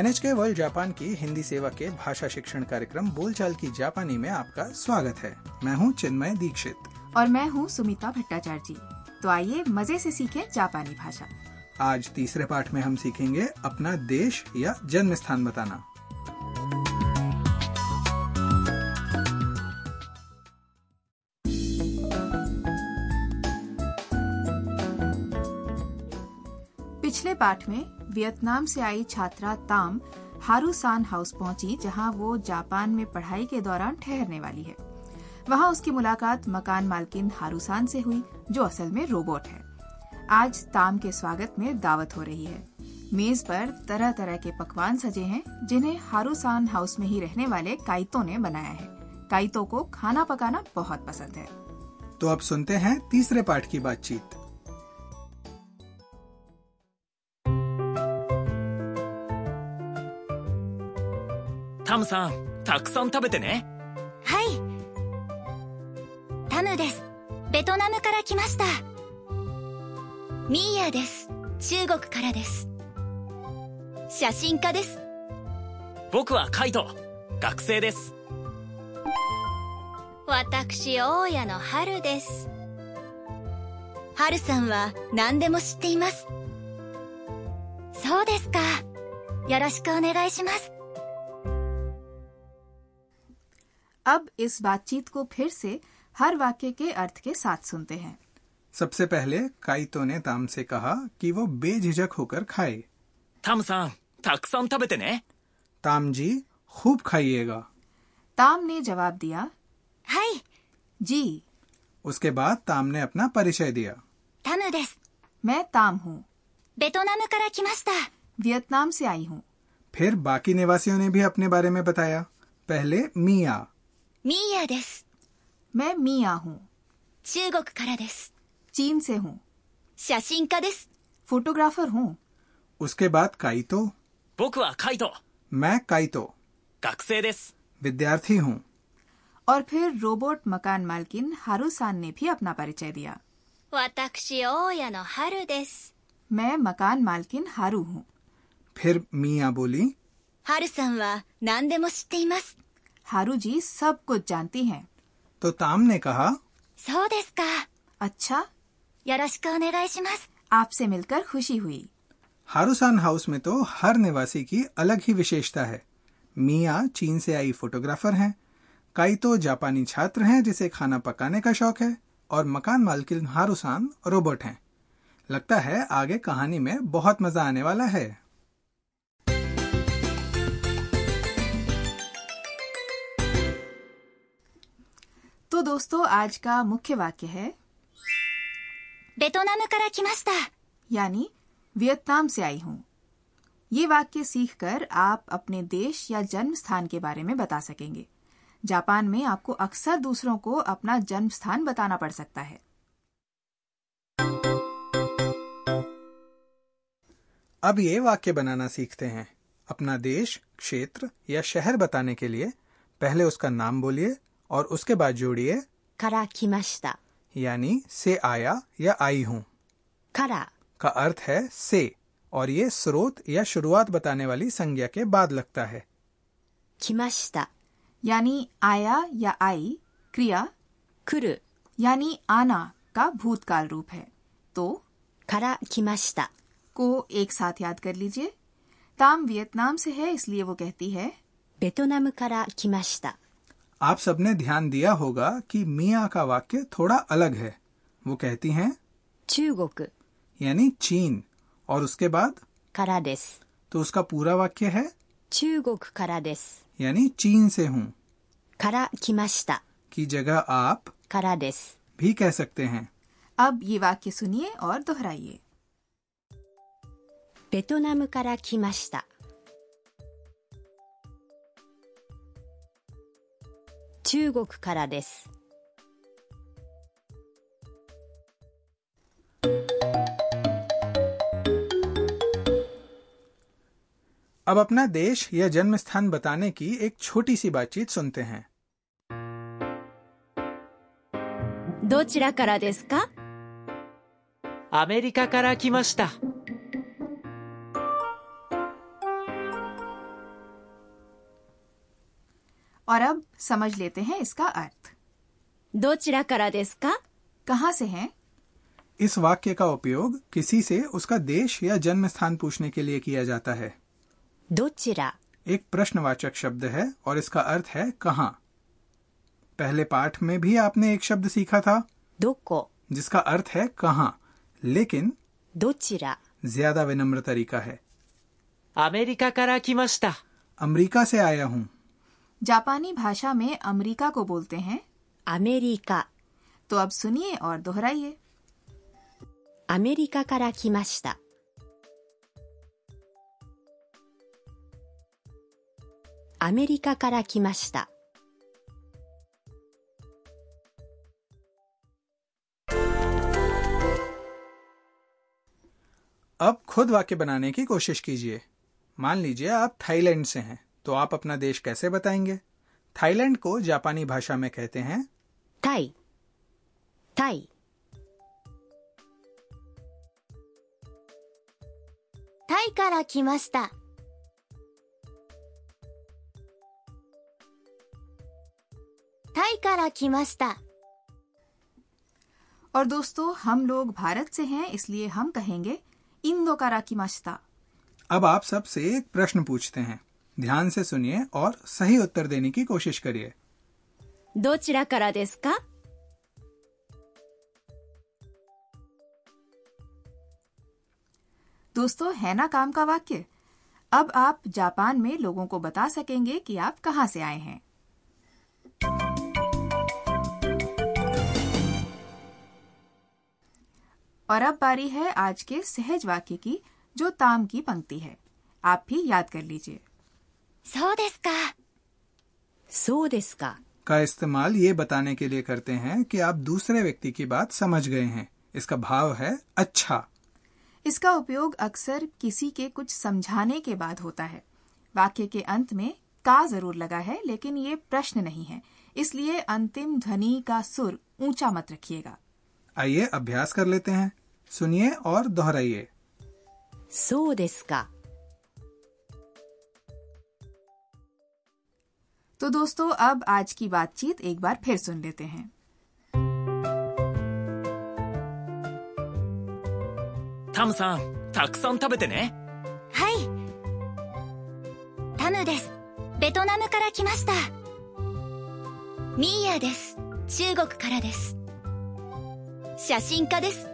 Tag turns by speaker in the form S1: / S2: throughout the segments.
S1: NHK world Japan की हिंदी सेवा के भाषा शिक्षण कार्यक्रम बोलचाल की जापानी में आपका स्वागत है मैं हूं चिन्मय दीक्षित
S2: और मैं हूँ सुमिता भट्टाचार्य जी तो आइए मजे से सीखें जापानी भाषा
S1: आज तीसरे पाठ में हम सीखेंगे अपना देश या जन्म स्थान बताना
S2: पिछले पाठ में वियतनाम से आई छात्रा ताम हारूसान हाउस पहुंची जहां वो जापान में पढ़ाई के दौरान ठहरने वाली है वहां उसकी मुलाकात मकान मालकिन हारूसान से हुई जो असल में रोबोट है आज ताम के स्वागत में दावत हो रही है मेज पर तरह तरह के पकवान सजे हैं जिन्हें हारूसान हाउस में ही रहने वाले काइतो ने बनाया है काइतो को खाना पकाना बहुत पसंद है
S1: तो अब सुनते हैं तीसरे पाठ की बातचीत
S3: タムさんたくさん食べてね
S4: はいタムですベトナムから来ましたミーヤです中国からです写真家です
S3: 僕はカイト学生です
S4: 私大家の春です春さんは何でも知っていますそうですかよろしくお願いします
S2: अब इस बातचीत को फिर से हर वाक्य के अर्थ के साथ सुनते हैं
S1: सबसे पहले काइतो ने ताम से कहा कि वो बेझिझक होकर खाए
S3: タムさんたくさん食べてね
S1: ताम जी खूब खाइएगा
S2: ताम ने जवाब दिया
S4: はい
S2: जी
S1: उसके बाद ताम ने अपना परिचय दिया
S4: タムです。
S2: मैं ताम हूँ
S4: ベトナムから来ました。
S2: वियतनाम से आई हूँ
S1: फिर बाकी निवासियों ने भी अपने बारे में बताया पहले मिया
S4: ミーヤです。
S2: मैं मिया हूँ
S4: 中国からです。
S2: चीन से हूँ
S4: 写真家です。
S2: फोटोग्राफर हूँ
S1: उसके बाद काइतो
S3: 僕はカイト
S1: मैं काइतो
S3: 学生です
S1: विद्यार्थी हूँ
S2: और फिर रोबोट मकान मालकिन हारूसान ने भी अपना परिचय दिया
S4: 私、大家の春です。
S2: मैं मकान मालकिन हारू हूँ
S1: फिर मिया बोली
S4: 春さんは何でも知っています。
S2: हारू जी सब कुछ जानती हैं
S1: तो ताम ने कहा
S4: そうですか。
S2: अच्छा
S4: よろしくお願いします。
S2: आपसे मिलकर खुशी हुई
S1: हारूसान हाउस में तो हर निवासी की अलग ही विशेषता है मिया चीन से आई फोटोग्राफर हैं काइतो जापानी छात्र हैं जिसे खाना पकाने का शौक है और मकान मालकिन हारूसान रोबोट हैं लगता है आगे कहानी में बहुत मजा आने वाला है
S2: तो दोस्तों आज का मुख्य वाक्य है
S4: ベトナムから来ました。
S2: यानी वियतनाम से आई हूँ ये वाक्य सीखकर आप अपने देश या जन्म स्थान के बारे में बता सकेंगे जापान में आपको अक्सर दूसरों को अपना जन्म स्थान बताना पड़ सकता है
S1: अब ये वाक्य बनाना सीखते हैं अपना देश क्षेत्र या शहर बताने के लिए पहले उसका नाम बोलिए और उसके बाद जोड़िए
S4: から来ました。
S1: यानी से आया या आई हूँ
S4: から、
S1: का अर्थ है से और ये स्रोत या शुरुआत बताने वाली संज्ञा के बाद लगता है
S4: 来ました。
S2: यानी आया या आई क्रिया
S4: 来る、
S2: यानी आना का भूतकाल रूप है तो
S4: から来ました。
S2: को एक साथ याद कर लीजिए ताम वियतनाम से है इसलिए वो कहती है
S4: ベトナムから来ました。
S1: आप सबने ध्यान दिया होगा कि मिया का वाक्य थोड़ा अलग है वो कहती हैं
S4: 中国
S1: यानी चीन और उसके बाद
S4: からです。
S1: तो उसका पूरा वाक्य है
S4: 中国からです。
S1: यानी चीन से हूँ
S4: から来ました。
S1: की जगह आप
S4: からです。
S1: भी कह सकते हैं
S2: अब ये वाक्य सुनिए और दोहराइए
S4: ベトナムから来ました。中国からです。
S1: अब अपना देश या जन्म स्थान बताने की एक छोटी सी बातचीत सुनते हैं
S4: どちらからですか
S3: アメリカから来ました
S2: समझ लेते हैं इसका अर्थ
S5: どちらからですか
S2: कहाँ से हैं
S1: इस वाक्य का उपयोग किसी से उसका देश या जन्म स्थान पूछने के लिए किया जाता है
S5: どちら
S1: एक प्रश्नवाचक शब्द है और इसका अर्थ है कहाँ पहले पाठ में भी आपने एक शब्द सीखा था
S5: どこ
S1: जिसका अर्थ है कहाँ लेकिन
S5: どちら
S1: ज्यादा विनम्र तरीका है
S3: アメリカから来ました。
S1: अमेरिका से आया हूँ
S2: जापानी भाषा में अमेरिका को बोलते हैं
S5: アメリカ
S2: तो अब सुनिए और दोहराइए
S5: アメリカから来ましたアメリカから来ました
S1: अब खुद वाक्य बनाने की कोशिश कीजिए मान लीजिए आप थाईलैंड से हैं तो आप अपना देश कैसे बताएंगे थाईलैंड को जापानी भाषा में कहते हैं
S5: タイタイ
S4: タイから来ましたタイから来ました
S2: और दोस्तों हम लोग भारत से हैं इसलिए हम कहेंगे इंदो कारा की मश्ता
S1: अब आप सब से एक प्रश्न पूछते हैं ध्यान से सुनिए और सही उत्तर देने की कोशिश करिए
S5: どちらからですか
S2: दोस्तों है ना काम का वाक्य अब आप जापान में लोगों को बता सकेंगे कि आप कहाँ से आए हैं और अब बारी है आज के सहज वाक्य की जो ताम की पंक्ति है आप भी याद कर लीजिए
S4: そうですか
S5: そうですか
S1: का इस्तेमाल ये बताने के लिए करते हैं कि आप दूसरे व्यक्ति की बात समझ गए हैं इसका भाव है अच्छा
S2: इसका उपयोग अक्सर किसी के कुछ समझाने के बाद होता है वाक्य के अंत में का जरूर लगा है लेकिन ये प्रश्न नहीं है इसलिए अंतिम ध्वनि का सुर ऊंचा मत रखिएगा
S1: आइए अभ्यास कर लेते हैं सुनिए और दोहराइए
S5: そうですか
S2: तो दोस्तों अब आज की बातचीत एक बार फिर सुन लेते हैं
S3: タムさん、たくさん食べてね。
S4: はいタムですベトナムから来ましたミーヤです中国からです写真家です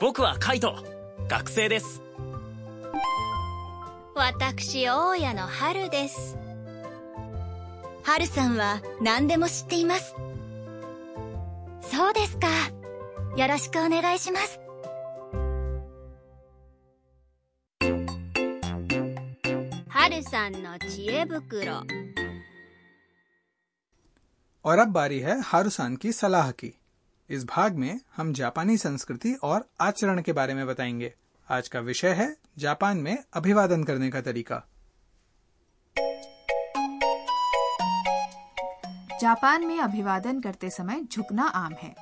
S3: 僕はカイト。学生です。
S4: 私大家の春です春さんは何でも知っていますそうですかよろしくお願いします春さんの知恵袋
S1: और अब बारी है हारूसान की सलाह की इस भाग में हम जापानी संस्कृति और आचरण के बारे में बताएंगे आज का विषय है जापान में अभिवादन करने का तरीका
S2: जापान में अभिवादन करते समय झुकना आम है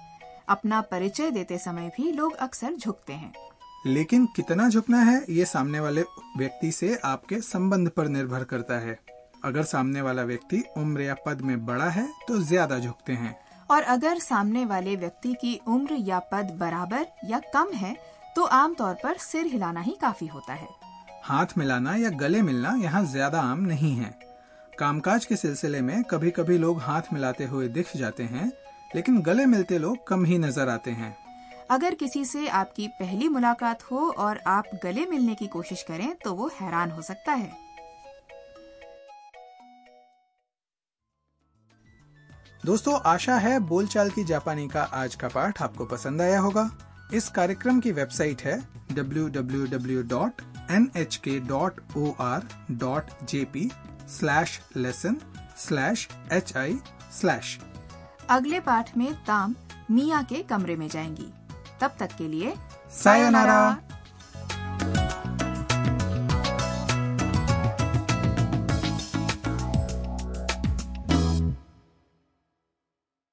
S2: अपना परिचय देते समय भी लोग अक्सर झुकते हैं
S1: लेकिन कितना झुकना है ये सामने वाले व्यक्ति से आपके संबंध पर निर्भर करता है अगर सामने वाला व्यक्ति उम्र या पद में बड़ा है तो ज्यादा झुकते हैं
S2: और अगर सामने वाले व्यक्ति की उम्र या पद बराबर या कम है तो आमतौर पर सिर हिलाना ही काफी होता है
S1: हाथ मिलाना या गले मिलना यहाँ ज्यादा आम नहीं है कामकाज के सिलसिले में कभी कभी लोग हाथ मिलाते हुए दिख जाते हैं लेकिन गले मिलते लोग कम ही नजर आते हैं
S2: अगर किसी से आपकी पहली मुलाकात हो और आप गले मिलने की कोशिश करें तो वो हैरान हो सकता है
S1: दोस्तों आशा है बोलचाल की जापानी का आज का पाठ आपको पसंद आया होगा इस कार्यक्रम की वेबसाइट है www.nhk.or.jp/lesson/hi/slash
S2: अगले पाठ में ताम मिया के कमरे में जाएंगी तब तक के लिए
S1: सायोनारा